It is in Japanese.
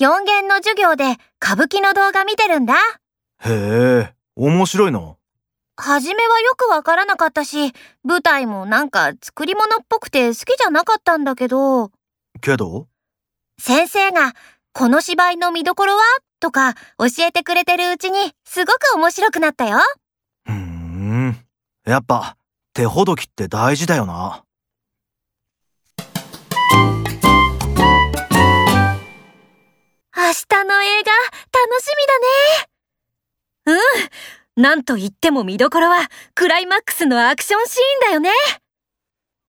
4限の授業で歌舞伎の動画見てるんだ。へえ、面白いな。初めはよくわからなかったし、舞台もなんか作り物っぽくて好きじゃなかったんだけど、けど先生がこの芝居の見どころはとか教えてくれてるうちにすごく面白くなったよ。うーん。やっぱ、手ほどきって大事だよな。明日の映画楽しみだね。うん。なんといっても見どころはクライマックスのアクションシーンだよね。